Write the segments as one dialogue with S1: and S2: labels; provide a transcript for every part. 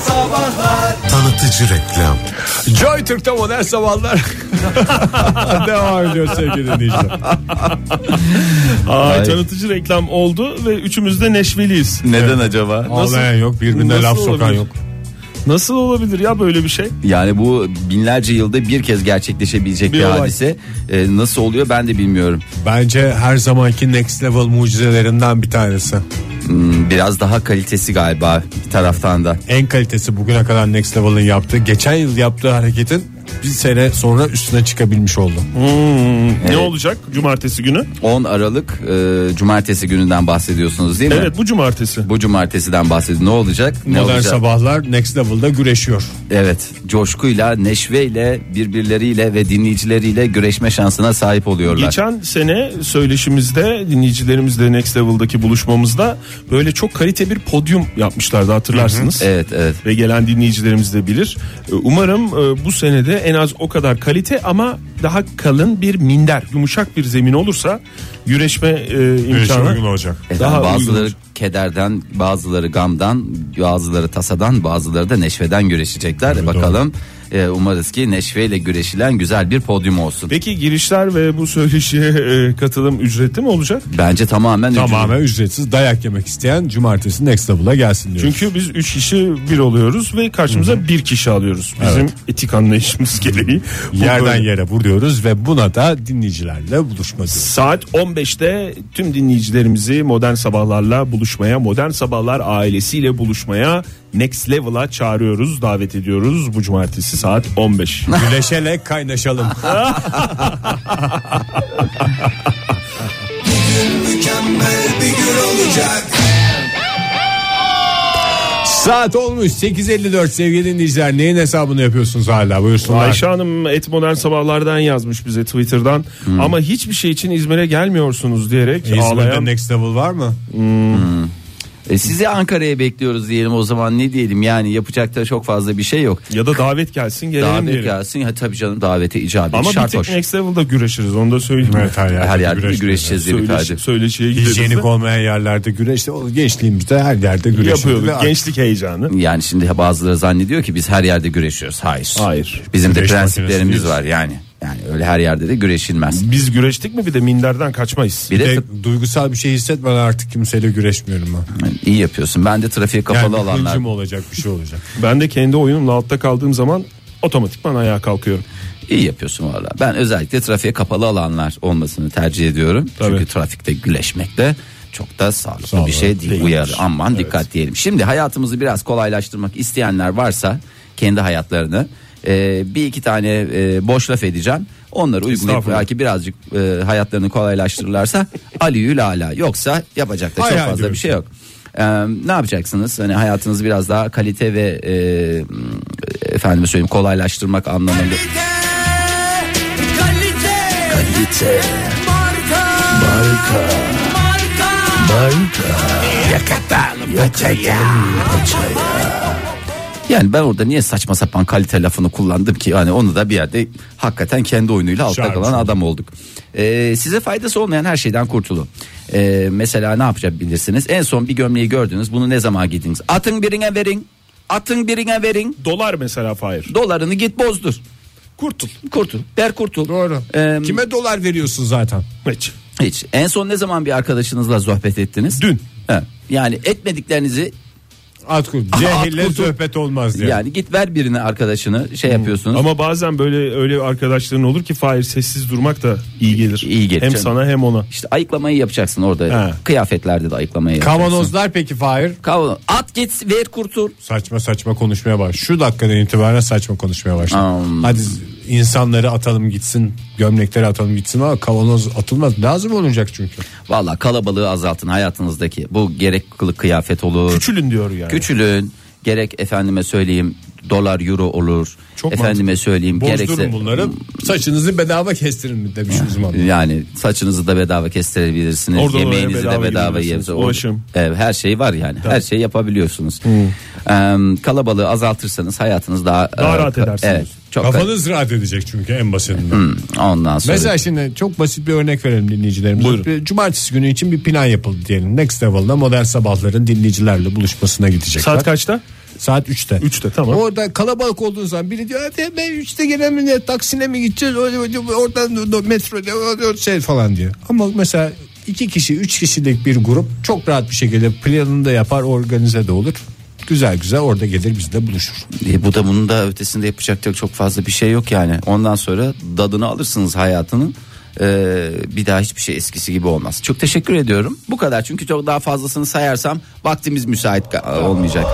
S1: Sabahlar
S2: Tanıtıcı reklam.
S3: Joy Türk'te modern sabahlar devam ediyor sevgili dinleyiciler.
S4: Ay, tanıtıcı reklam oldu ve üçümüz de neşveliyiz.
S1: Neden acaba?
S3: Ağlayan yok birbirine
S4: Nasıl
S3: laf sokan
S4: olabilir?
S3: yok.
S4: Nasıl olabilir ya böyle bir şey?
S1: Yani bu binlerce yılda bir kez gerçekleşebilecek bir,
S4: Bir olay.
S1: hadise. Ee, nasıl oluyor ben de bilmiyorum.
S3: Bence her zamanki next level mucizelerinden bir tanesi.
S1: Hmm, Biraz daha kalitesi galiba bir taraftan da.
S3: En kalitesi bugüne kadar next level'ın yaptığı, geçen yıl yaptığı hareketin bir sene sonra üstüne çıkabilmiş oldu.
S4: Hmm,
S1: Evet.
S4: Ne olacak cumartesi günü?
S1: 10 Aralık e, cumartesi gününden bahsediyorsunuz değil mi?
S4: Evet bu cumartesi.
S1: Bu cumartesiden bahsediyor. Ne olacak? Ne
S3: Modern
S1: olacak?
S3: sabahlar next level'da güreşiyor.
S1: Evet. Coşkuyla, neşveyle, birbirleriyle ve dinleyicileriyle güreşme şansına sahip oluyorlar.
S4: Geçen sene söyleşimizde dinleyicilerimizle Next Level'daki buluşmamızda böyle çok kalite bir podyum yapmışlardı hatırlarsınız.
S1: Evet, evet.
S4: Ve gelen dinleyicilerimiz de bilir. Ee, Umarım e, bu senede en az o kadar kalite ama daha kalın bir minder, yumuşak bir zemin olursa güreşme e, imkanı
S3: olacak.
S1: Efendim,
S4: daha
S1: E, bazıları
S4: uygun.
S1: kederden, bazıları gamdan, bazıları tasadan, bazıları da neşveden güreşecekler. Bakalım. e, umarız ki neşveyle güreşilen güzel bir podyum olsun.
S4: Peki girişler ve bu söyleşiye e, katılım ücretli mi olacak?
S1: Bence tamamen
S3: Tamamen ücretsiz dayak yemek isteyen cumartesi next level'a gelsin diyor.
S4: Çünkü biz 3 kişi bir oluyoruz ve karşımıza bir kişi alıyoruz. Bizim etik anlayışımız gereği. Bu
S3: Yerden
S4: böyle.
S3: yere vuruyoruz ve buna da dinleyicilerle buluşma diyoruz.
S4: Saat 15'te tüm dinleyicilerimizi modern sabahlarla buluşmaya, modern sabahlar ailesiyle buluşmaya, next level'a çağırıyoruz, davet ediyoruz bu cumartesi saat 15.
S3: Güleşerek kaynaşalım.
S2: Mükemmel bir gün olacak.
S3: Saat olmuş 8.54 sevgili dinleyiciler. Neyin hesabını yapıyorsunuz hala buyursunlar.
S4: Ayşe Hanım et modern sabahlardan yazmış bize Twitter'dan ama hiçe şey için İzmir'e gelmiyorsunuz diyerek
S3: E, İzmir'de
S4: ağlayan
S3: Next Level var mı?
S1: E, sizi Ankara'ya bekliyoruz diyelim o zaman ne diyelim yani yapacak da çok fazla bir şey yok.
S4: ya da davet gelsin gelelim
S1: Davet
S4: diyelim.
S1: gelsin ya tabii canım davete icabet
S4: Ama bir
S1: şart
S4: tek
S1: hoş.
S4: next level'da güreşiriz onu da söyleyeyim.
S3: Evet her yerde,
S1: Her yerde
S3: güreş-
S1: güreşeceğiz diye bir
S4: Söyleşi,
S1: kaydı.
S4: söyleşiye gideriz. de
S3: Hijyenik olmayan yerlerde güreşte o gençliğimizde her yerde güreşti.
S4: Yapıyorduk gençlik heyecanı.
S1: Yani şimdi bazıları zannediyor ki biz her yerde güreşiyoruz. Hayır.
S4: Hayır.
S1: Bizim
S3: Güreş
S1: de
S3: makinesi
S1: prensiplerimiz
S3: değiliz.
S1: var yani. Yani öyle her yerde de güreşilmez.
S4: Biz güreştik mi bir de minderden kaçmayız.
S1: Bir de
S3: duygusal bir şey hissetmeden artık kimseyle güreşmiyorum ben.
S1: tra- iyi yapıyorsun. Ben de trafiğe kapalı
S3: Yani bir
S1: alanlar.
S3: hıncım olacak bir şey olacak.
S4: Ben de kendi oyunumla altta kaldığım zaman otomatikman ayağa kalkıyorum.
S1: İyi yapıyorsun valla. Ben özellikle trafiğe kapalı alanlar olmasını tercih ediyorum. Çünkü trafikte güleşmek de çok da sağlıklı bir şey değil. Uyarı aman dikkat diyelim. Şimdi hayatımızı biraz kolaylaştırmak isteyenler varsa kendi hayatlarını e, bir iki tane e, boş laf edeceğim. Onları uygulayıp
S4: Estağfurullah.
S1: belki birazcık e, hayatlarını kolaylaştırırlarsa Ali ala Yoksa yapacak da
S3: Hay
S1: çok
S3: hay
S1: fazla bir şey yok. E, ne yapacaksınız? Hani hayatınızı biraz daha kalite ve e, efendime söyleyeyim kolaylaştırmak anlamında. Kalite. Marka. Yani ben orada niye saçma sapan kalite lafını kullandım ki? Yani onu da bir yerde hakikaten kendi oyunuyla altta
S3: Şarkı
S1: kalan adam olduk. Ee, size faydası olmayan her şeyden kurtulun. Ee, mesela ne yapabilirsiniz? En son bir gömleği gördünüz. Bunu ne zaman giydiniz? Atın birine verin. Atın birine verin.
S4: Dolar mesela Fahir.
S1: Dolarını git bozdur.
S4: Kurtul.
S1: Kurtul. Der kurtul.
S3: Doğru.
S1: Ee,
S3: Kime dolar veriyorsun zaten?
S4: Hiç.
S1: Hiç. En son ne zaman bir arkadaşınızla sohbet ettiniz?
S4: Dün.
S1: He. Yani etmediklerinizi
S3: At kurdu.
S1: at
S3: Cehille
S1: kurdu.
S3: sohbet olmaz diye.
S1: yani git ver birine arkadaşını
S3: Hmm.
S1: şey yapıyorsunuz.
S4: Ama bazen böyle öyle arkadaşların olur ki Fahir sessiz durmak da iyi gelir.
S1: İyi gelir
S4: Hem
S1: canım.
S4: sana hem ona.
S1: İşte ayıklamayı yapacaksın orada.
S4: He.
S1: Kıyafetlerde de ayıklamayı yapacaksın.
S3: Kavanozlar peki Fahir?
S1: Kavanoz. At git ver kurtul.
S3: Saçma saçma konuşmaya baş. Şu dakikadan itibaren saçma konuşmaya başladı.
S1: Am.
S3: Hadi insanları atalım gitsin, gömlekleri atalım gitsin ama kavanoz atılmaz. Lazım olacak çünkü.
S1: Valla kalabalığı azaltın hayatınızdaki. Bu gerek kılık kıyafet olur.
S4: Küçülün diyor yani.
S1: Küçülün. Gerek efendime söyleyeyim dolar euro olur.
S3: Çok
S1: efendime
S3: mantıklı.
S1: söyleyeyim
S3: Bozdurun
S1: gerekse
S3: bunları. Saçınızı bedava kestirin mi demiş uzman.
S1: Yani saçınızı da bedava kestirebilirsiniz.
S4: Oradan oraya
S1: yemeğinizi
S4: bedava
S1: de bedava
S4: gidebilirsiniz.
S1: yiyebilirsiniz.
S4: Ulaşım.
S1: Evet, her şey var yani. Her şey yapabiliyorsunuz. Em, kalabalığı azaltırsanız hayatınız daha e,
S4: Daha rahat edersiniz.
S1: Evet, çok
S3: Kafanız rahat edecek çünkü en basitinden.
S1: ondan sonra.
S3: Mesela şimdi çok basit bir örnek verelim dinleyicilerimize.
S4: Buyurun.
S3: Bir Cumartesi günü için bir plan yapıldı diyelim. Next Level'da modern sabahların dinleyicilerle buluşmasına gidecekler.
S4: Saat kaçta?
S3: Saat 3'te.
S4: 3'te tamam.
S3: Orada kalabalık olduğun zaman biri diyor "Hadi ben 3'te gelen mi ne taksine mi gideceğiz Öyle- öyle- oradan do- do- metro do- do- şey falan diyor. Ama mesela iki kişi üç kişilik bir grup çok rahat bir şekilde planını da yapar organize de olur. Güzel güzel orada gelir bizde buluşur.
S1: E, bu da bunun da ötesinde yapacak çok- çok fazla bir şey yok yani. Ondan sonra dadını alırsınız hayatının. Ee, bir daha hiçbir şey eskisi gibi olmaz. Çok teşekkür ediyorum. Bu kadar çünkü çok daha fazlasını sayarsam vaktimiz müsait ka- e, olmayacak.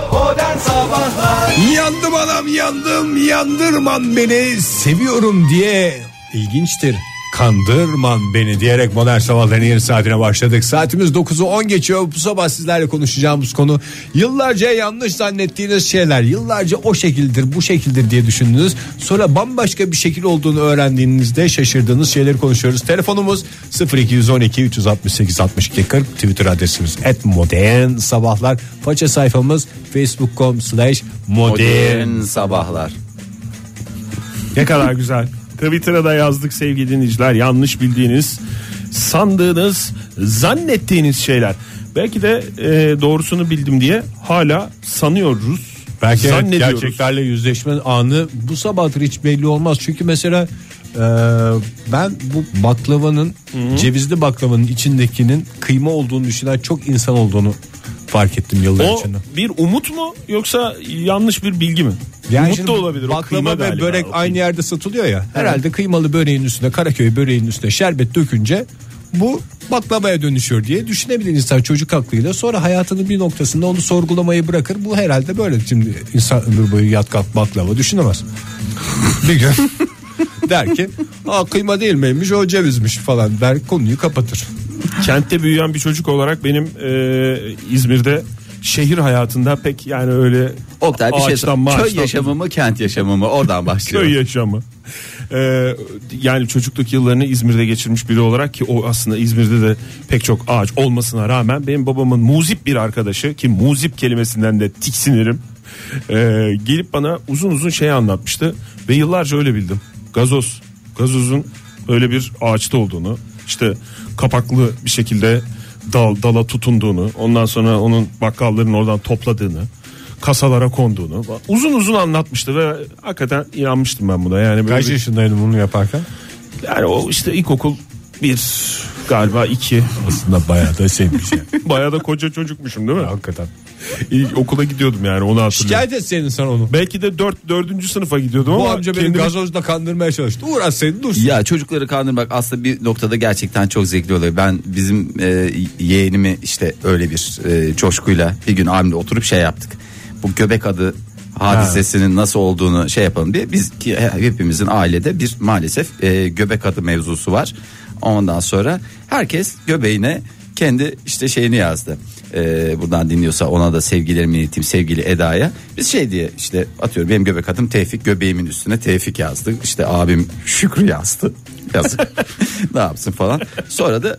S3: Yandım anam yandım yandırman beni seviyorum diye ilginçtir. Kandırman beni diyerek modern sabahların yeni saatine başladık. Saatimiz 9'u 10 geçiyor. Bu sabah sizlerle konuşacağımız konu yıllarca yanlış zannettiğiniz şeyler. Yıllarca o şekildir bu şekildir diye düşündünüz. Sonra bambaşka bir şekil olduğunu öğrendiğinizde şaşırdığınız şeyleri konuşuyoruz. Telefonumuz 0212 368 62 40 Twitter adresimiz et modern sabahlar. Faça sayfamız facebook.com slash
S1: Modern
S3: modern.
S1: sabahlar.
S4: Ne kadar güzel. Twitter'a da yazdık sevgili dinleyiciler. Yanlış bildiğiniz, sandığınız, zannettiğiniz şeyler. Belki de e, doğrusunu bildim diye hala sanıyoruz.
S3: Belki evet,
S4: zannediyoruz.
S3: gerçeklerle yüzleşme anı bu sabahtır hiç belli olmaz. Çünkü mesela e, ben bu baklavanın cevizli baklavanın içindekinin kıyma olduğunu düşünen çok insan olduğunu fark ettim yıllar
S4: O
S3: içinde.
S4: bir umut mu yoksa yanlış bir bilgi mi? umut
S3: şimdi
S4: da olabilir. o kıyma
S3: Baklava ve
S4: galiba,
S3: börek
S4: o
S3: aynı yerde satılıyor ya. Herhalde kıymalı böreğin üstüne Karaköy böreğin üstüne şerbet dökünce bu baklavaya dönüşüyor diye düşünebilir insan çocuk aklıyla. Sonra hayatının bir noktasında onu sorgulamayı bırakır. Bu herhalde böyle şimdi insan ömür boyu yat kalk baklava düşünemez. bir gün der ki Aa, kıyma değil miymiş o cevizmiş falan der konuyu kapatır.
S4: Kentte büyüyen bir çocuk olarak benim e, İzmir'de şehir hayatında pek yani öyle
S1: Oktay bir şey sor.
S4: ağaçtan
S1: Köy
S4: maaştan-
S1: yaşamı mı kent yaşamı mı oradan başlıyor.
S4: köy yaşamı. E, yani çocukluk yıllarını İzmir'de geçirmiş biri olarak ki o aslında İzmir'de de pek çok ağaç olmasına rağmen benim babamın muzip bir arkadaşı ki muzip kelimesinden de tiksinirim. e, gelip bana uzun uzun şey anlatmıştı ve yıllarca öyle bildim. Gazoz. Gazozun öyle bir ağaçta olduğunu işte kapaklı bir şekilde dal dala tutunduğunu, ondan sonra onun bakkalların oradan topladığını, kasalara konduğunu uzun uzun anlatmıştı ve hakikaten inanmıştım ben buna. Yani böyle
S3: Kaç
S4: bir-
S3: yaşındaydım bunu yaparken?
S4: yani o işte ilkokul bir galiba iki.
S3: Aslında bayağı da sevmiş yani.
S4: Bayağı da koca çocukmuşum değil mi?
S3: Hakikaten.
S4: İlk okula gidiyordum yani onu hatırlıyorum.
S3: Şikayet etseydin sen onu.
S4: Belki de 4 4. sınıfa gidiyordum
S3: Bu
S4: ama
S3: amca beni
S4: kendimi-
S3: gazozla kandırmaya çalıştı. Uğraş seni dursun.
S1: Ya çocukları kandırmak aslında bir noktada gerçekten çok zevkli oluyor. Ben bizim e, yeğenimi işte öyle bir e, coşkuyla bir gün abimle oturup şey yaptık. Bu göbek adı hadisesinin nasıl olduğunu şey yapalım diye biz ki hepimizin ailede bir maalesef e, göbek adı mevzusu var. Ondan sonra herkes göbeğine kendi işte şeyini yazdı. E, buradan dinliyorsa ona da sevgilerimi ileteyim sevgili Eda'ya. Biz şey diye işte atıyorum benim göbek adım Tevfik göbeğimin üstüne Tevfik yazdık. İşte abim Şükrü yazdı. Yazık. ne yapsın falan. Sonra da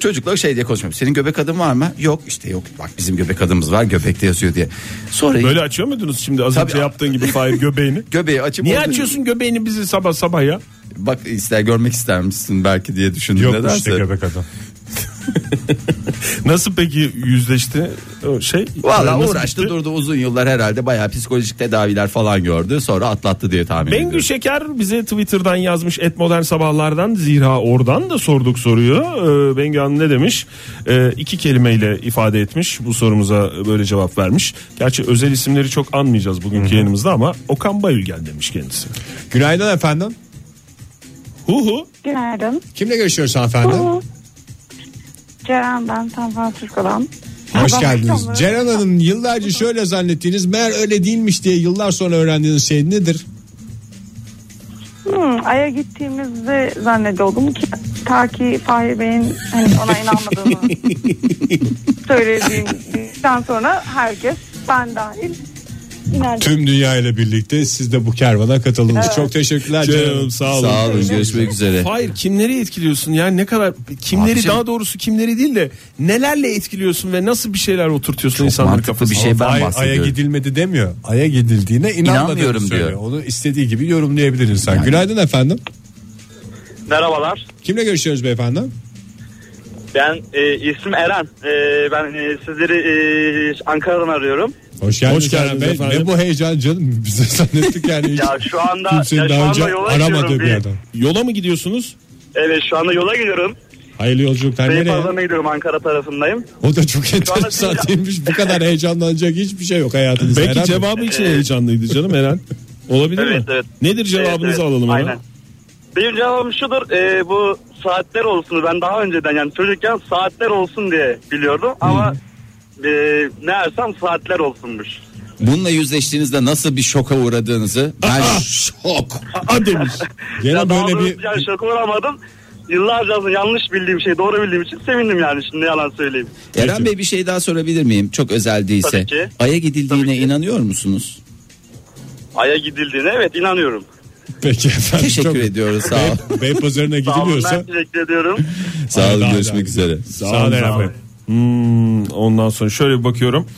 S1: çocuklar şey diye konuşmuyor. Senin göbek adın var mı? Yok işte yok. Bak bizim göbek adımız var göbekte yazıyor diye. Sonra
S4: Böyle açıyor muydunuz şimdi az
S1: Tabii.
S4: önce yaptığın gibi Fahir göbeğini?
S1: göbeği açıp
S4: Niye
S1: orada-
S4: açıyorsun göbeğini bizi sabah sabah ya?
S1: Bak ister görmek ister misin belki diye düşündüm
S3: Yok
S1: nedense.
S3: işte göbek adam.
S4: Nasıl peki yüzleşti o şey?
S1: Valla
S4: Nasıl
S1: uğraştı
S4: bitti?
S1: durdu uzun yıllar herhalde bayağı psikolojik tedaviler falan gördü sonra atlattı diye tahmin ediyorum.
S4: Bengü Şeker bize Twitter'dan yazmış et modern sabahlardan zira oradan da sorduk soruyu. Ee, Bengü Hanım ne demiş? Ee, iki kelimeyle ifade etmiş bu sorumuza böyle cevap vermiş. Gerçi özel isimleri çok anmayacağız bugünkü yayınımızda ama Okan Bayülgen demiş kendisi.
S3: Günaydın efendim.
S4: Hu hu.
S5: Günaydın.
S3: Kimle görüşüyoruz hanımefendi?
S5: Hu. Ceren ben San Francisco'dan.
S3: Hoş
S5: Sabah
S3: geldiniz.
S5: akşamları-
S3: Ceren Hanım yıllarca şöyle zannettiğiniz meğer öyle değilmiş diye yıllar sonra öğrendiğiniz şey nedir?
S5: Hmm, Ay'a gittiğimizde zannediyordum ki ta ki Fahri Bey'in hani ona inanmadığını söylediğimden sonra herkes ben dahil inandı.
S3: Tüm dünya ile birlikte siz de bu kervana katıldınız.
S5: Evet.
S3: Çok teşekkürler Ceren Hanım. Sağ olun.
S1: Sağ olun görüşmek üzere.
S4: Hayır kimleri etkiliyorsun yani ne kadar kimleri
S1: Abicim-
S4: daha doğrusu kimleri değil de nelerle etkiliyorsun ve nasıl bir şeyler oturtuyorsun insanların
S1: mantıklı
S4: kafasına.
S1: bir şey ben
S3: Ay- aya
S1: bahsediyorum.
S3: gidilmedi demiyor. Aya gidildiğine inanmıyorum
S1: İnanmıyorum
S3: söylüyor.
S1: diyor.
S3: Onu istediği gibi yorumlayabilir insan. Günaydın efendim.
S6: Merhabalar.
S3: Kimle görüşüyoruz beyefendi?
S6: Ben e, ismim Eren. E, ben e, sizleri e, Ankara'dan arıyorum.
S3: Hoş geldiniz.
S7: Hoş geldiniz
S3: Be-
S7: efendim.
S3: Ne bu heyecan canım? Bize zannettik yani. hiç
S6: Ya şu anda
S3: kimsenin
S6: ya şu
S3: daha önce
S6: anda yola gidiyorum.
S3: aramadığı bir
S6: Bir-
S3: yerden.
S7: Yola mı gidiyorsunuz?
S6: Evet şu anda yola gidiyorum.
S3: Hayırlı yolculuklar nereye?
S6: Beypazarı'na gidiyorum Ankara tarafındayım.
S3: O da çok enteresan
S6: sizin-
S3: değilmiş. Bu kadar heyecanlanacak hiçbir şey yok hayatınızda.
S7: Belki
S3: Herhalde.
S7: cevabı için heyecanlıydı canım Eren. Olabilir
S6: Evet,
S7: mi?
S6: evet.
S7: Nedir
S6: Evet,
S7: cevabınızı
S6: evet,
S7: alalım ona?
S6: Aynen. Benim cevabım şudur. e, bu saatler olsun. Ben daha önceden yani çocukken saatler olsun diye biliyordum. Ama e, ne saatler olsunmuş.
S1: Bununla yüzleştiğinizde nasıl bir şoka uğradığınızı ben
S4: Ah!
S1: şok.
S7: Aa demiş.
S3: Gene
S6: Ya daha
S3: böyle
S6: doğrusu
S3: bir
S6: yani şoka uğramadım. Yıllarca aslında yanlış bildiğim şey doğru bildiğim için sevindim yani şimdi ne yalan söyleyeyim.
S1: Eren Bey bir şey daha sorabilir miyim? Çok özel değilse.
S6: Tabii ki.
S1: Ay'a gidildiğine
S6: Tabii ki.
S1: inanıyor musunuz?
S6: Ay'a gidildiğine evet inanıyorum.
S3: peki efendim.
S1: Teşekkür
S3: çok-
S1: ediyoruz. Sağ olun.
S3: Bey- Beypazarı'na
S6: Sağ olun ben
S3: gidiliyorsa
S6: teşekkür ediyorum.
S1: Sağ olun.
S3: Haydi,
S1: Görüşmek
S3: haydi.
S1: üzere.
S3: sağ olun Eren Bey.
S4: Hmm, ondan sonra şöyle bir bakıyorum. Ee,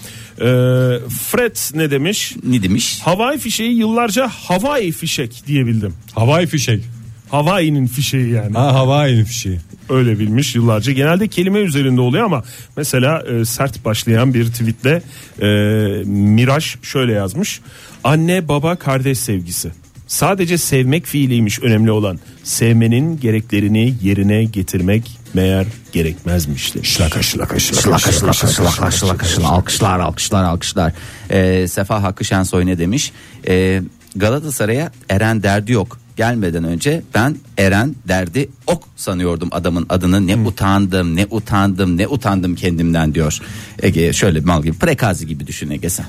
S4: Fred ne demiş?
S1: Ne demiş?
S4: Havai fişeği yıllarca havai fişek diyebildim.
S3: Havai fişek.
S4: Hawaii'nin fişeği yani.
S3: Ha havai fişeği.
S4: Öyle bilmiş yıllarca. Genelde kelime üzerinde oluyor ama mesela e, sert başlayan bir tweetle e, Miraç şöyle yazmış. Anne baba kardeş sevgisi. Sadece sevmek fiiliymiş önemli olan. Sevmenin gereklerini yerine getirmek meğer gerekmezmiş demiş.
S1: Şılaka şılaka şılaka şılaka şılaka alkışlar alkışlar alkışlar. Ee, Sefa Hakkı Şensoy ne demiş? Ee, Galatasaray'a Eren derdi yok. Gelmeden önce ben Eren derdi ok sanıyordum adamın adını. Ne utandım ne utandım ne utandım kendimden diyor. Ege şöyle mal gibi prekazi gibi düşün Ege sen.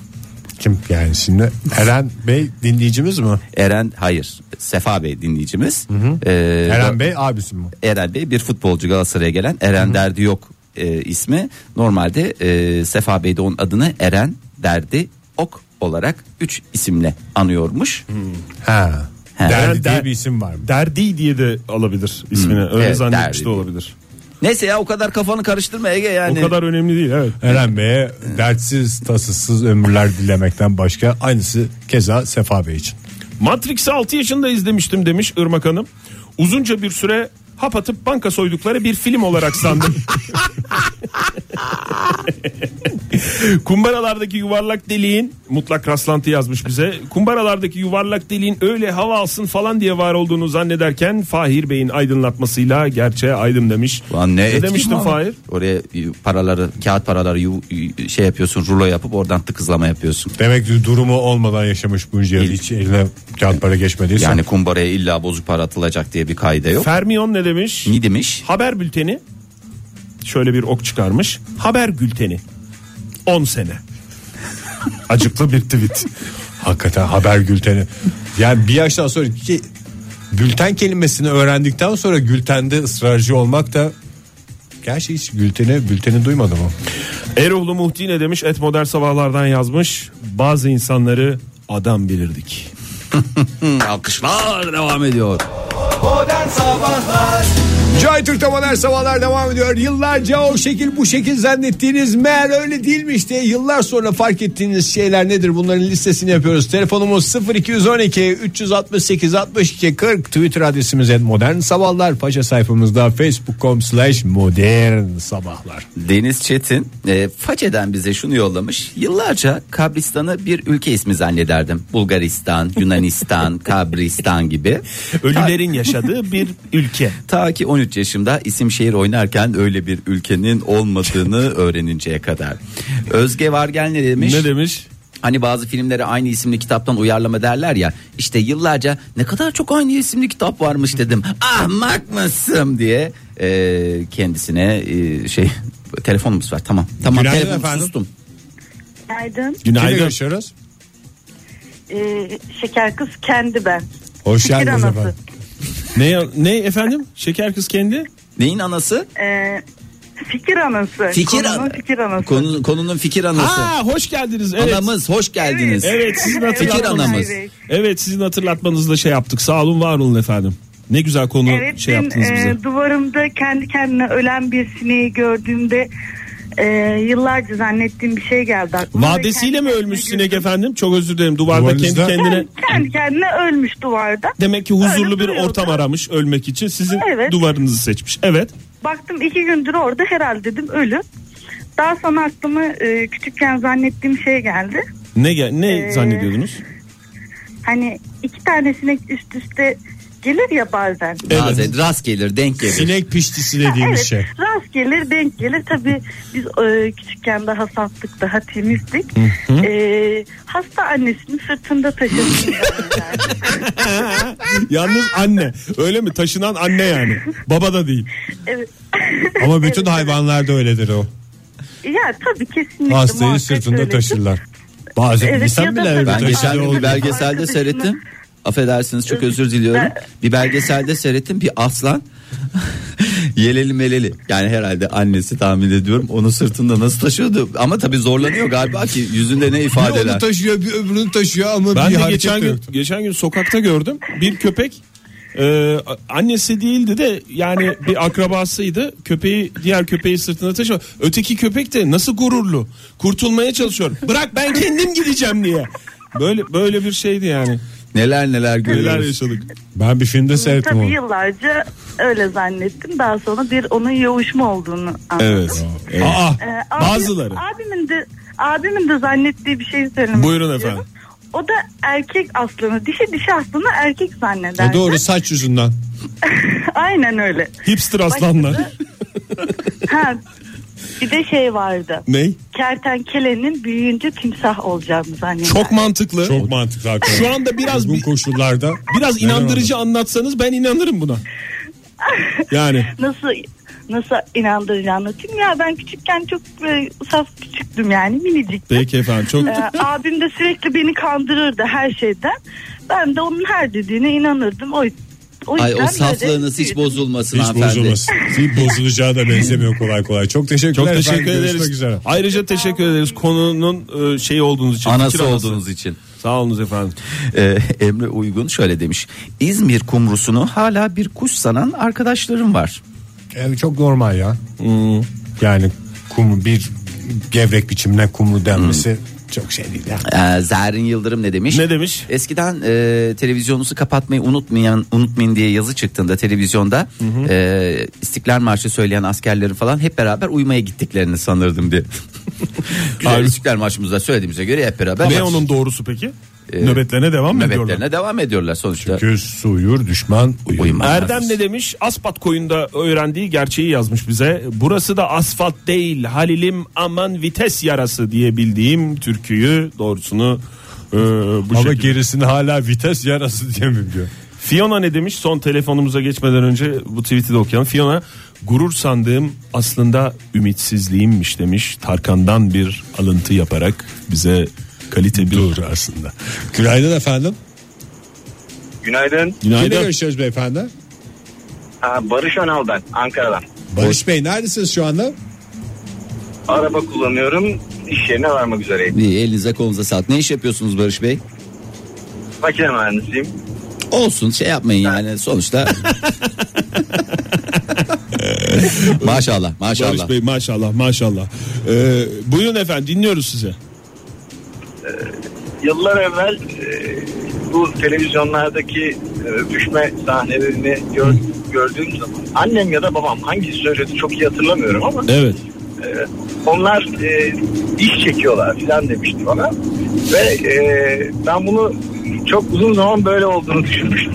S3: Kim yani şimdi Eren Bey dinleyicimiz mi?
S1: Eren hayır Sefa Bey dinleyicimiz. Ee,
S3: Eren Bey abisi mi?
S1: Eren Bey bir futbolcu Galatasaray'a gelen Eren Derdi yok e, ismi. Normalde e, Sefa Bey de onun adını Eren Derdi Ok olarak 3 isimle anıyormuş.
S3: Ha.
S1: He.
S3: Derdi diye
S4: Der-
S3: bir isim var mı?
S4: Derdi diye de alabilir ismini. Öyle
S1: Evet,
S4: zannetmiş
S1: derdi
S4: de
S1: diye. Hani
S4: olabilir.
S1: Neyse ya o kadar kafanı karıştırma Ege yani.
S4: O kadar önemli değil evet.
S3: Eren Bey'e dertsiz tasasız ömürler dilemekten başka aynısı keza Sefa Bey için.
S4: Matrix'i 6 yaşında izlemiştim demiş Irmak Hanım. Uzunca bir süre hap atıp banka soydukları bir film olarak sandım. Kumbaralardaki yuvarlak deliğin mutlak rastlantı yazmış bize. Kumbaralardaki yuvarlak deliğin öyle hava alsın falan diye var olduğunu zannederken Fahir Bey'in aydınlatmasıyla gerçeğe aydım demiş.
S1: Ulan ne, etki
S4: demiştin
S1: bu ama?
S4: Fahir?
S1: Oraya e, paraları kağıt paraları yu- yu- şey yapıyorsun rulo yapıp oradan tıkızlama yapıyorsun.
S3: Demek ki durumu olmadan yaşamış bu yıl hiç eline kağıt para geçmediyse.
S1: Yani kumbaraya illa bozuk para atılacak diye bir kaide yok.
S4: Fermion ne demiş?
S1: Ne demiş?
S4: Haber bülteni şöyle bir ok çıkarmış. Haber gülteni 10 sene.
S3: acıklı bir tweet. Hakikaten haber gülteni. Yani bir yaştan sonra ki bülten kelimesini öğrendikten sonra gültende ısrarcı olmak da Gerçi hiç gülteni, bülteni duymadım o.
S4: Erol'u Muhtine demiş et modern sabahlardan yazmış. Bazı insanları adam bilirdik.
S1: Hı, Alkışlar devam ediyor.
S3: Joy Türk'te modern sabahlar devam ediyor. Yıllarca o şekil bu şekil zannettiğiniz meğer öyle değilmiş diye yıllar sonra fark ettiğiniz şeyler nedir? Bunların listesini yapıyoruz. Telefonumuz 0212 368 62 40 Twitter adresimiz et modern sabahlar. Paşa sayfamızda facebook.com slash modern sabahlar.
S1: Deniz Çetin e, Façeden bize şunu yollamış. Yıllarca Kabristan'ı bir ülke ismi zannederdim. Bulgaristan, Yunanistan, Kabristan gibi.
S4: Ölülerin yaşadığı bir ülke.
S1: Ta ki 13 yaşımda isim şehir oynarken öyle bir ülkenin olmadığını öğreninceye kadar. Özge Vargel ne demiş?
S4: Ne demiş?
S1: Hani bazı filmlere aynı isimli kitaptan uyarlama derler ya. İşte yıllarca ne kadar çok aynı isimli kitap varmış dedim. Ahmak mısın diye e, kendisine e, şey telefonumuz var tamam. Tamam
S3: Günaydın
S1: telefonum
S3: efendim.
S1: sustum.
S5: Günaydın.
S3: Kimle
S4: Günaydın.
S3: görüşüyoruz?
S5: Ee, şeker kız kendi ben.
S3: Hoş
S5: Fikir
S3: geldiniz
S5: anası.
S3: efendim.
S4: Ne ne efendim? Şeker kız kendi?
S1: Neyin anası?
S5: Ee, fikir anası.
S1: Fikir
S5: Konunun
S1: an-
S5: fikir anası.
S1: Konunun, konunun fikir anası.
S4: Aa hoş geldiniz. Evet.
S1: Anamız hoş geldiniz.
S4: Evet sizin
S1: Fikir
S4: hatırlatmanız.
S1: anamız.
S5: Evet,
S4: Evet sizin hatırlatmanızla şey yaptık. Sağ olun var olun efendim. Ne güzel konu
S5: Evet, e,
S4: şey
S5: dün,
S4: yaptınız bize.
S5: e, duvarımda kendi kendine ölen bir sineği gördüğümde e, yıllarca zannettiğim bir şey geldi aklıma.
S4: Vadesiyle mi ölmüş sinek efendim? Çok özür dilerim duvarda kendi
S3: Duvarınızda-
S4: kendine.
S5: Yani kendi kendine ölmüş duvarda.
S4: Demek ki huzurlu
S5: Öyle
S4: bir
S5: duruyordu.
S4: ortam aramış ölmek için sizin
S5: Evet.
S4: duvarınızı seçmiş. Evet.
S5: Baktım iki gündür orada herhalde dedim ölü. Daha sonra aklıma e, küçükken zannettiğim şey geldi.
S4: Ne gel- ne
S5: Ee,
S4: zannediyordunuz?
S5: Hani iki tane sinek üst üste gelir ya bazen.
S1: Bazen rast gelir denk gelir.
S3: Sinek piştisi dediğimiz
S5: evet,
S3: şey.
S5: rast gelir denk gelir. Tabii biz e, küçükken daha saftık daha temizdik. E, hasta annesini sırtında taşıdık.
S4: Yalnız anne. Öyle mi? Taşınan anne yani. Baba da değil.
S5: evet.
S3: Ama bütün hayvanlarda öyledir o.
S5: Ya tabii kesinlikle.
S3: Hastayı
S5: muhakkak
S3: sırtında
S5: öyledir.
S3: taşırlar. Bazen
S5: Evet,
S3: insan
S5: ya
S3: bile
S5: da
S3: öyle
S5: tabii-
S1: Ben
S5: Tabii,
S1: geçen
S5: tabii.
S1: gün bir
S3: taşıyor.
S5: belge-
S1: belgeselde
S5: Arkadaşına-
S1: seyrettim. Affedersiniz çok özür diliyorum. Bir belgeselde seyrettim bir aslan yeleli meleli yani herhalde annesi tahmin ediyorum onu sırtında nasıl taşıyordu ama tabii zorlanıyor galiba ki yüzünde ne
S3: Bir onu
S1: ifadeler.
S3: taşıyor bir öbürünü taşıyor ama
S4: Ben
S3: bir
S4: de
S3: hareket
S4: geçen
S3: de
S4: gün
S3: yok.
S4: geçen gün sokakta gördüm bir köpek e, annesi değildi de yani bir akrabasıydı köpeği diğer köpeği sırtına taşıyor. Öteki köpek de nasıl gururlu kurtulmaya çalışıyor. Bırak ben kendim gideceğim diye. Böyle böyle bir şeydi yani.
S1: Neler neler
S4: Neler
S1: görüyoruz.
S4: yaşadık.
S3: Ben bir filmde seyrettim
S5: Tabii
S3: onu.
S5: yıllarca öyle zannettim. Daha sonra bir onun yoğuşma olduğunu anladım.
S4: Evet. Aa,
S5: Ee, abi-
S4: bazıları.
S5: Abimin de abimin de zannettiği bir şey söylemek
S4: Buyurun
S5: istiyorum.
S4: efendim.
S5: O da erkek aslanı. Dişi dişi aslanı erkek zanneder.
S3: O E, doğru saç yüzünden.
S5: Aynen öyle.
S4: Hipster aslanlar.
S5: Ha, bir de şey vardı.
S4: Ney?
S5: Kertenkelenin büyüyünce timsah olacağını zanneder.
S4: Çok mantıklı.
S3: Çok mantıklı hakikaten.
S4: Şu anda biraz
S3: Uygun koşullarda
S4: biraz
S3: Neden
S4: inandırıcı anlatsanız ben inanırım buna. Yani
S5: Nasıl nasıl inandırıcı anlatayım ya ben küçükken çok e, saf küçüktüm yani minicik.
S4: peki efendim çok
S5: Ee, abim de sürekli beni kandırırdı her şeyden. Ben de onun her dediğine inanırdım. O, o
S1: Ay
S5: yüzden
S1: o
S5: böyle
S1: saflığınız hiç bozulmasın
S3: Hiç
S1: hanımefendi.
S3: bozulmasın. Hiç bozulacağı da benzemiyor kolay kolay. Çok teşekkürler.
S4: Çok teşekkür
S3: efendim.
S4: ederiz.
S3: Görüşmek üzere.
S4: Ayrıca teşekkür ederiz konunun e, şey olduğunuz için.
S1: Anası
S4: fikir anası.
S1: olduğunuz için.
S4: Sağ olunuz efendim.
S1: Ee, Emre Uygun şöyle demiş. İzmir kumrusunu hala bir kuş sanan arkadaşlarım var.
S3: Ee, çok normal ya.
S4: Hmm.
S3: Yani kumu bir gevrek biçimine kumru denmesi çok şey değil ya.
S1: Ee, Zerrin Yıldırım ne demiş?
S4: Ne demiş?
S1: Eskiden e, televizyonunuzu kapatmayı unutmayan unutmayın diye yazı çıktığında televizyonda e, İstiklal Marşı söyleyen askerlerin falan hep beraber uyumaya gittiklerini sanırdım diye. Güzel
S4: Harbi.
S1: İstiklal Marşımızda söylediğimize göre hep beraber
S4: Ne onun doğrusu peki?
S1: Ee,
S4: Nöbetlerine devam mı ediyorlar?
S1: nöbetlerine devam ediyorlar sonuçta.
S3: Göz suyur düşman uyur.
S1: Uyumaz.
S4: Erdem ne demiş? Aspat koyunda öğrendiği gerçeği yazmış bize. Burası da asfalt değil Halilim aman vites yarası diye bildiğim türküyü doğrusunu e, bu
S3: Ama
S4: şekilde.
S3: gerisini hala vites yarası diye mi diyor?
S4: Fiona ne demiş? Son telefonumuza geçmeden önce bu tweet'i de okuyalım. Fiona gurur sandığım aslında ümitsizliğimmiş demiş. Tarkan'dan bir alıntı yaparak bize kalite bir...
S3: Dur aslında. Günaydın efendim.
S6: Günaydın.
S3: Kimle
S4: Günaydın.
S3: görüşüyoruz beyefendi?
S6: Ha, Barış Önal ben Ankara'dan.
S3: Barış Bey neredesiniz şu anda?
S6: Araba kullanıyorum. İş yerine varmak üzereyim.
S1: İyi, elinize kolunuza sağlık. Ne iş yapıyorsunuz Barış Bey?
S6: Makine mühendisiyim.
S1: Olsun şey yapmayın yani sonuçta. maşallah maşallah.
S4: Barış Bey maşallah maşallah. Ee, buyurun efendim dinliyoruz sizi.
S6: Yıllar evvel e, bu televizyonlardaki e, düşme sahnelerini gör- gördüğüm zaman annem ya da babam hangisi söyledi çok iyi hatırlamıyorum ama
S4: Evet.
S6: onlar e, iş çekiyorlar filan demişti bana ve e, ben bunu çok uzun zaman böyle olduğunu düşünmüştüm.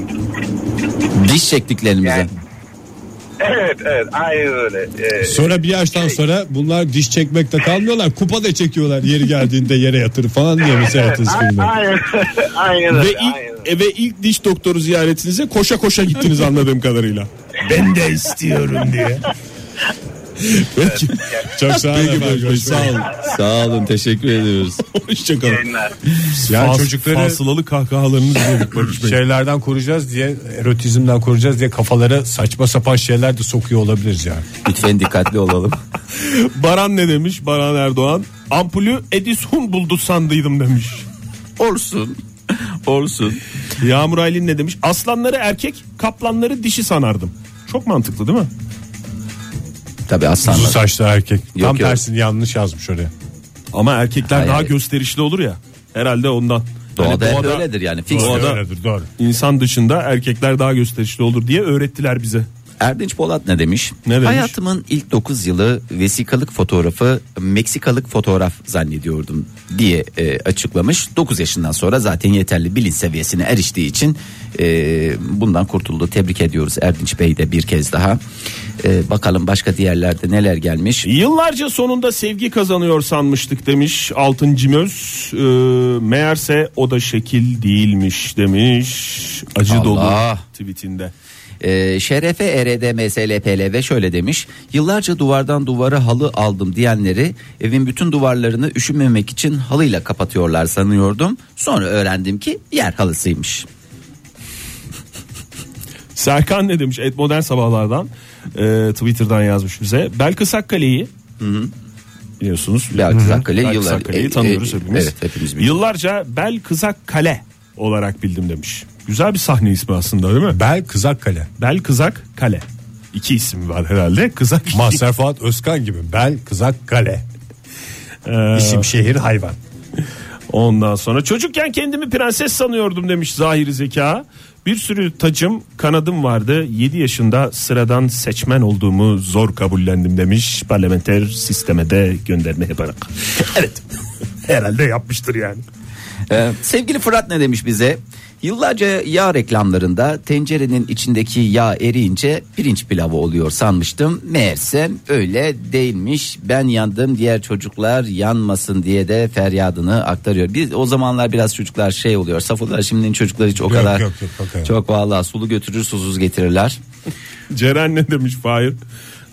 S1: Diş çektiklerimize.
S6: Yani- Evet evet aynen öyle. E,
S3: Sonra bir yaştan sonra bunlar diş çekmekte kalmıyorlar. Kupa da çekiyorlar yeri geldiğinde yere yatır falan diye mi seyrettiniz filmi?
S6: aynen, aynen
S4: Ve
S6: öyle.
S4: ilk,
S6: aynen öyle.
S4: e, ve ilk diş doktoru ziyaretinize koşa koşa gittiniz anladığım kadarıyla.
S3: Ben de istiyorum diye. Peki. Çok sağ olun. efendim. Görüşmek üzere.
S1: Sağ olun teşekkür ediyoruz.
S4: Hoşçakalın.
S6: Yayınlar.
S3: Yani
S4: Fas-
S3: çocukları
S4: Fasılalı kahkahalarınız bulduk Barış Bey.
S3: şeylerden koruyacağız diye erotizmden koruyacağız diye kafalara saçma sapan şeyler de sokuyor olabiliriz yani.
S1: Lütfen dikkatli olalım.
S3: Şey-
S4: Baran ne demiş? Baran Erdoğan. Ampulü Edison buldu sandıydım demiş.
S1: Olsun. Olsun.
S4: Yağmur Aylin ne demiş? Aslanları erkek, kaplanları dişi sanardım. Çok mantıklı değil mi?
S1: Tabii
S3: Uzun
S1: aslanlar.
S3: saçlı erkek. Tam
S1: yok.
S3: tersini yanlış yazmış oraya.
S4: Ama erkekler
S1: Hayır,
S4: daha
S1: hayır.
S4: gösterişli olur ya. Herhalde ondan. Hani
S1: Doğada, hep öyledir yani. Fix.
S4: Doğada-
S3: Öyledir, doğru.
S4: İnsan dışında erkekler daha gösterişli olur diye öğrettiler bize.
S1: Erdinç Polat ne demiş?
S4: Ne demiş?
S1: Hayatımın ilk 9 yılı vesikalık fotoğrafı Meksikalık fotoğraf zannediyordum diye e, açıklamış. 9 yaşından sonra zaten yeterli bilinç seviyesine eriştiği için e, bundan kurtuldu. Tebrik ediyoruz Erdinç Bey de bir kez daha. E, bakalım başka diğerlerde neler gelmiş.
S4: Yıllarca sonunda sevgi kazanıyor sanmıştık demiş Altın Cimöz. Ee, meğerse o da şekil değilmiş demiş. Acı dolu
S1: Allah.
S4: tweetinde.
S1: Ee, Şerefe Erede MSLPLV şöyle demiş. Yıllarca duvardan duvara halı aldım diyenleri evin bütün duvarlarını üşümemek için halıyla kapatıyorlar sanıyordum. Sonra öğrendim ki yer halısıymış.
S4: Serkan ne demiş? Et Modern Sabahlardan e, Twitter'dan yazmış bize. Belkıs Akkale'yi biliyorsunuz.
S1: Belkıs Akkale,
S4: Belkıs
S1: yıllar-
S4: Akkale'yi
S1: e,
S4: tanıyoruz
S1: e,
S4: hepimiz.
S1: evet, hepimiz biliyoruz.
S4: Yıllarca Belkıs Kale olarak bildim demiş. Güzel bir sahne ismi aslında değil mi?
S3: Bel Kızak Kale.
S4: Bel Kızak Kale. İki isim var herhalde. Kızak
S3: Mahser Fuat Özkan gibi. Bel Kızak Kale. İsim şehir hayvan.
S4: Ondan sonra çocukken kendimi prenses sanıyordum demiş Zahiri Zeka. Bir sürü tacım kanadım vardı. 7 yaşında sıradan seçmen olduğumu zor kabullendim demiş. Parlamenter sisteme de gönderme yaparak. evet. Herhalde yapmıştır yani.
S1: Ee, sevgili Fırat ne demiş bize? Yıllarca yağ reklamlarında tencerenin içindeki yağ eriyince pirinç pilavı oluyor sanmıştım. Meğerse öyle değilmiş. Ben yandım diğer çocuklar yanmasın diye de feryadını aktarıyor. Biz o zamanlar biraz çocuklar şey oluyor. Saf oluyorlar. Şimdinin çocuklar hiç o kadar
S3: yok, yok, yok, evet.
S1: çok vallahi sulu götürür susuz getirirler.
S4: Ceren ne demiş Fahir?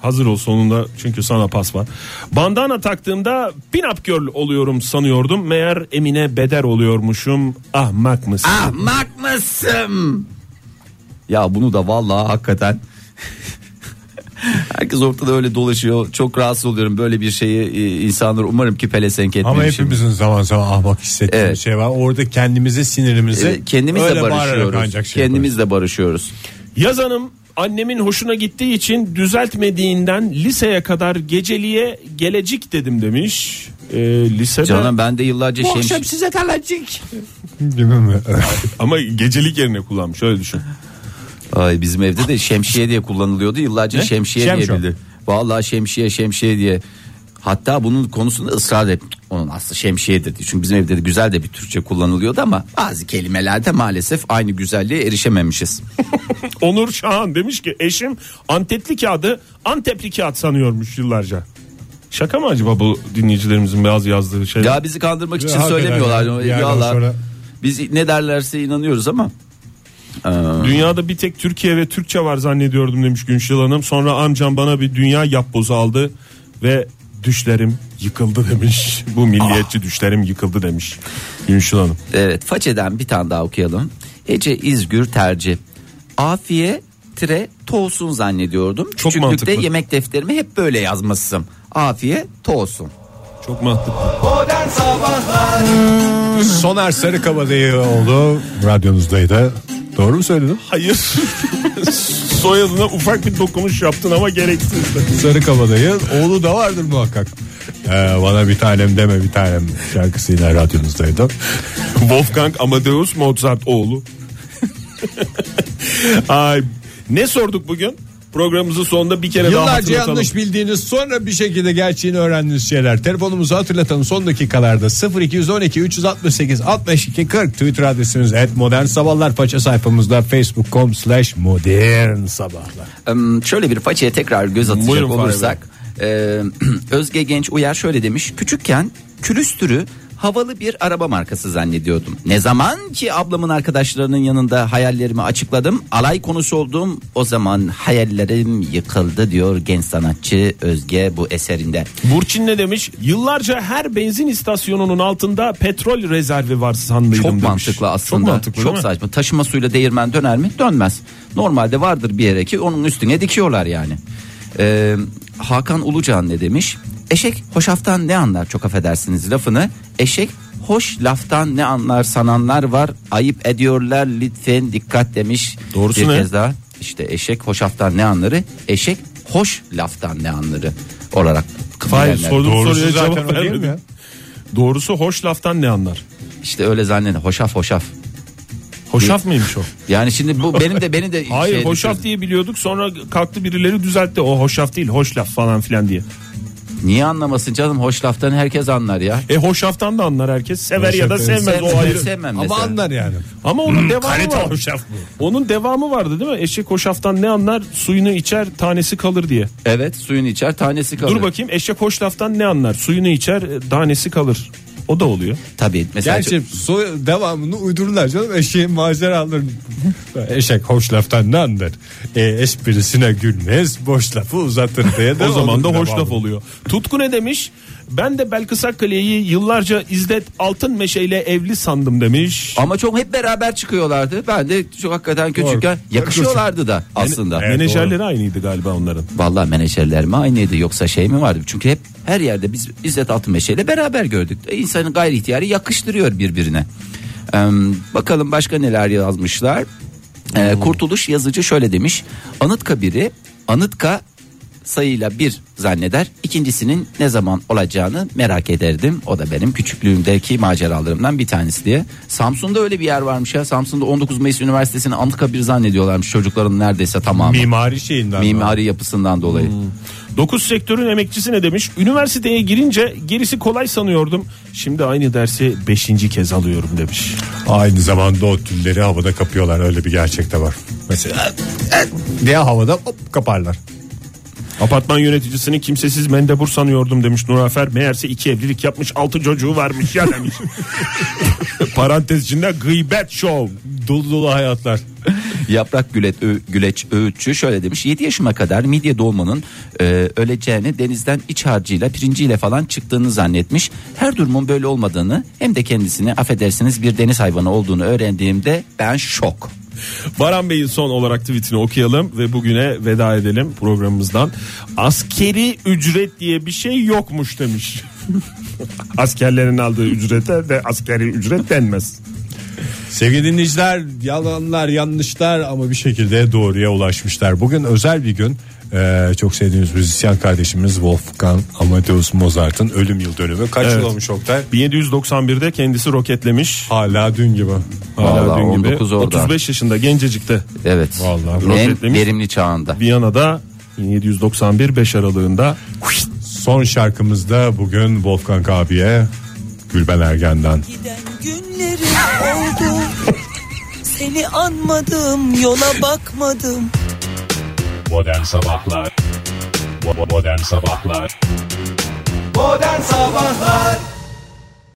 S4: Hazır ol sonunda çünkü sana pas var. Bandana taktığımda pin-up girl oluyorum sanıyordum. Meğer Emine Beder oluyormuşum. Ahmak mısın?
S1: Ahmak mısın? Ya bunu da vallahi hakikaten Herkes ortada öyle dolaşıyor. Çok rahatsız oluyorum böyle bir şeyi e, insanlar umarım ki pelesenk
S3: Ama
S1: etmemişim.
S3: hepimizin zaman zaman ahmak hissettiği
S1: Evet.
S3: şey var. Orada kendimize sinirimizi
S1: E, Kendimizle
S3: öyle bağırarak ancak
S1: barışıyoruz.
S3: şey yaparız.
S1: Kendimizle barışıyoruz.
S4: Yaz hanım annemin hoşuna gittiği için düzeltmediğinden liseye kadar geceliğe gelecek dedim demiş. Ee, lisede
S1: Canım ben de yıllarca şey
S4: size kalacak.
S3: Değil mi?
S4: Ama gecelik yerine kullanmış öyle düşün.
S1: Ay bizim evde de şemsiye diye kullanılıyordu. Yıllarca şemsiye
S3: Şemşo.
S1: diye bildi. Vallahi şemsiye şemsiye diye. Hatta bunun konusunda ısrar et. Onun aslı şemsiye dedi. Çünkü bizim evde de güzel de bir Türkçe kullanılıyordu ama bazı kelimelerde maalesef aynı güzelliğe erişememişiz.
S4: Onur Şahan demiş ki eşim Antepli kağıdı Antepli kağıt sanıyormuş yıllarca. Şaka mı acaba bu dinleyicilerimizin bazı yazdığı şeyler?
S1: Ya bizi kandırmak için
S3: Hakikaten
S1: söylemiyorlar.
S3: bir yerden
S1: Vallahi
S3: sonra-
S1: Biz ne derlerse inanıyoruz ama
S4: Dünyada bir tek Türkiye ve Türkçe var zannediyordum demiş Günşil Hanım. Sonra amcam bana bir dünya yapbozu aldı ve düşlerim yıkıldı demiş. Bu milliyetçi düşlerim yıkıldı demiş Günşil Hanım.
S1: Evet façeden bir tane daha okuyalım. Ece İzgür Terci. Afiye tire toğsun zannediyordum. Çok Küçüklükte
S4: mantıklı.
S1: yemek defterimi hep böyle yazmışsın. Afiye toğsun.
S4: Çok mantıklı.
S3: Soner Sarıkabadayı oldu. Radyonuzdaydı. Doğru mu söyledim?
S4: Hayır. Soyadına ufak bir dokunuş yaptın ama gereksizdi.
S3: Sarıkabadayı oğlu da vardır muhakkak. Ee, bana bir tanem deme bir tanem şarkısıyla radyonuzdaydı.
S4: Wolfgang Amadeus Mozart oğlu. Ay ne sorduk bugün? Programımızın sonunda bir kere daha
S3: Yıllarca
S4: hatırlatalım.
S3: yanlış bildiğiniz sonra bir şekilde gerçeğini öğrendiğiniz şeyler. Telefonumuzu hatırlatalım son dakikalarda 0212 368 62 40 Twitter adresimiz et modern sabahlar faça sayfamızda facebook.com slash modern sabahlar.
S1: Em, Şöyle bir façeye tekrar göz atacak
S4: Buyurun Fahri
S1: olursak. e, Özge Genç Uyar şöyle demiş. Küçükken külüstürü havalı bir araba markası zannediyordum. Ne zaman ki ablamın arkadaşlarının yanında hayallerimi açıkladım. Alay konusu oldum. O zaman hayallerim yıkıldı diyor genç sanatçı Özge bu eserinde.
S4: Burçin ne demiş? Yıllarca her benzin istasyonunun altında petrol rezervi var sandıydım
S1: Çok
S4: demiş.
S1: mantıklı aslında.
S4: Çok mantıklı değil mi?
S1: saçma. Taşıma suyla değirmen döner mi? Dönmez. Normalde vardır bir yere ki onun üstüne dikiyorlar yani. Ee, Hakan Ulucan ne demiş? Eşek hoşaftan ne anlar çok affedersiniz lafını. Eşek hoş laftan ne anlar sananlar var. Ayıp ediyorlar lütfen dikkat demiş.
S4: Doğrusu
S1: bir
S4: ne?
S1: kez daha. İşte eşek hoşaftan ne anları? Eşek hoş laftan ne anları olarak kabul
S4: Hayır
S1: ederler.
S4: sorduğum
S3: Doğrusu
S4: soruya
S3: zaten
S4: cevap
S3: o değil mi
S4: vermedin.
S3: ya?
S4: Doğrusu hoş laftan ne anlar?
S1: İşte öyle zannedin hoşaf hoşaf.
S4: Hoşaf mıymış o?
S1: Yani şimdi bu benim de beni de
S4: Hayır
S1: şey
S4: hoşaf
S1: düşürdü.
S4: diye biliyorduk sonra kalktı birileri düzeltti. O hoşaf değil hoş laf falan filan diye.
S1: Niye anlamasın canım hoş laftan herkes anlar ya.
S4: E hoşaftan da anlar herkes. Sever ya da
S3: Hoşaf, evet.
S4: sevmez o ayrı. Hani
S1: sevmem
S3: Ama
S1: mesela.
S3: anlar yani.
S4: Ama onun devamı
S3: kalite
S4: var. Onun devamı vardı değil mi? Eşek hoşaftan ne anlar? Suyunu içer tanesi kalır diye.
S1: Evet suyun içer tanesi kalır.
S4: Dur bakayım eşek hoşlaftan ne anlar? Suyunu içer e, tanesi kalır. O da oluyor.
S1: Tabii mesela
S3: Gerçi so- devamını uydururlar canım. Eşeğin maceralarını. Eşek hoş laftan ne anlar? E, esprisine gülmez, boş lafı uzatır diye de
S4: O zaman da
S3: onun
S4: hoş
S3: devamı.
S4: laf oluyor. Tutku ne demiş? Ben de Belkıs Akkale'yi yıllarca İzzet Altın Meşe'yle evli sandım demiş.
S1: ama çok hep beraber çıkıyorlardı. Ben de çok hakikaten küçükken yakışıyorlardı da aslında.
S4: Menajerleri aynıydı galiba onların.
S1: Vallahi menajerler mi aynıydı yoksa şey mi vardı? Çünkü hep her yerde biz İzzet Altınmeşe ile beraber gördük. E, İnsanın gayri ihtiyarı yakıştırıyor birbirine. Ee, bakalım başka neler yazmışlar. Ee, Kurtuluş yazıcı şöyle demiş. Anıtkabir'i Anıtka sayıyla bir zanneder. İkincisinin ne zaman olacağını merak ederdim. O da benim küçüklüğümdeki maceralarımdan bir tanesi diye. Samsun'da öyle bir yer varmış ya. Samsun'da 19 Mayıs Üniversitesi'ni Anıtkabir zannediyorlarmış çocukların neredeyse tamamı.
S3: Mimari şeyinden.
S1: Mimari yapısından dolayı.
S4: 9 sektörün emekçisi ne demiş? Üniversiteye girince gerisi kolay sanıyordum. Şimdi aynı dersi 5. kez alıyorum demiş.
S3: Aynı zamanda o tülleri havada kapıyorlar öyle bir gerçek de var. Mesela diye havada hop kaparlar.
S4: Apartman yöneticisini kimsesiz mendebur sanıyordum demiş Nurafer. Meğerse iki evlilik yapmış altı çocuğu varmış ya demiş. Parantez içinde gıybet show.
S3: Dolu dolu hayatlar.
S1: Yaprak Gület, Ö- Güleç Öğütçü şöyle demiş. 7 yaşıma kadar midye dolmanın e, öleceğini denizden iç harcıyla pirinciyle falan çıktığını zannetmiş. Her durumun böyle olmadığını hem de kendisini affedersiniz bir deniz hayvanı olduğunu öğrendiğimde ben şok.
S4: Baran Bey'in son olarak tweetini okuyalım ve bugüne veda edelim programımızdan. Askeri ücret diye bir şey yokmuş demiş. Askerlerin aldığı ücrete de askeri ücret denmez.
S3: Sevgili dinleyiciler yalanlar yanlışlar ama bir şekilde doğruya ulaşmışlar. Bugün özel bir gün. Ee, çok sevdiğimiz müzisyen kardeşimiz Wolfgang Amadeus Mozart'ın ölüm yıl dönümü. Kaç
S4: Evet.
S3: yıl olmuş Oktay?
S4: 1791'de kendisi roketlemiş.
S3: Hala dün gibi.
S4: Hala
S1: Vallahi
S4: dün gibi.
S1: 19 orada.
S4: 35 yaşında gencecikte
S1: Evet. en
S3: Vallahi.
S4: Roketlemiş.
S1: verimli çağında.
S4: Viyana'da 1791 5 aralığında
S3: Son şarkımızda bugün Wolfgang abiye Gülben Ergen'den.
S8: Giden günlerim oldu Seni anmadım yola bakmadım
S3: Modern Sabahlar Modern Sabahlar
S2: Modern Sabahlar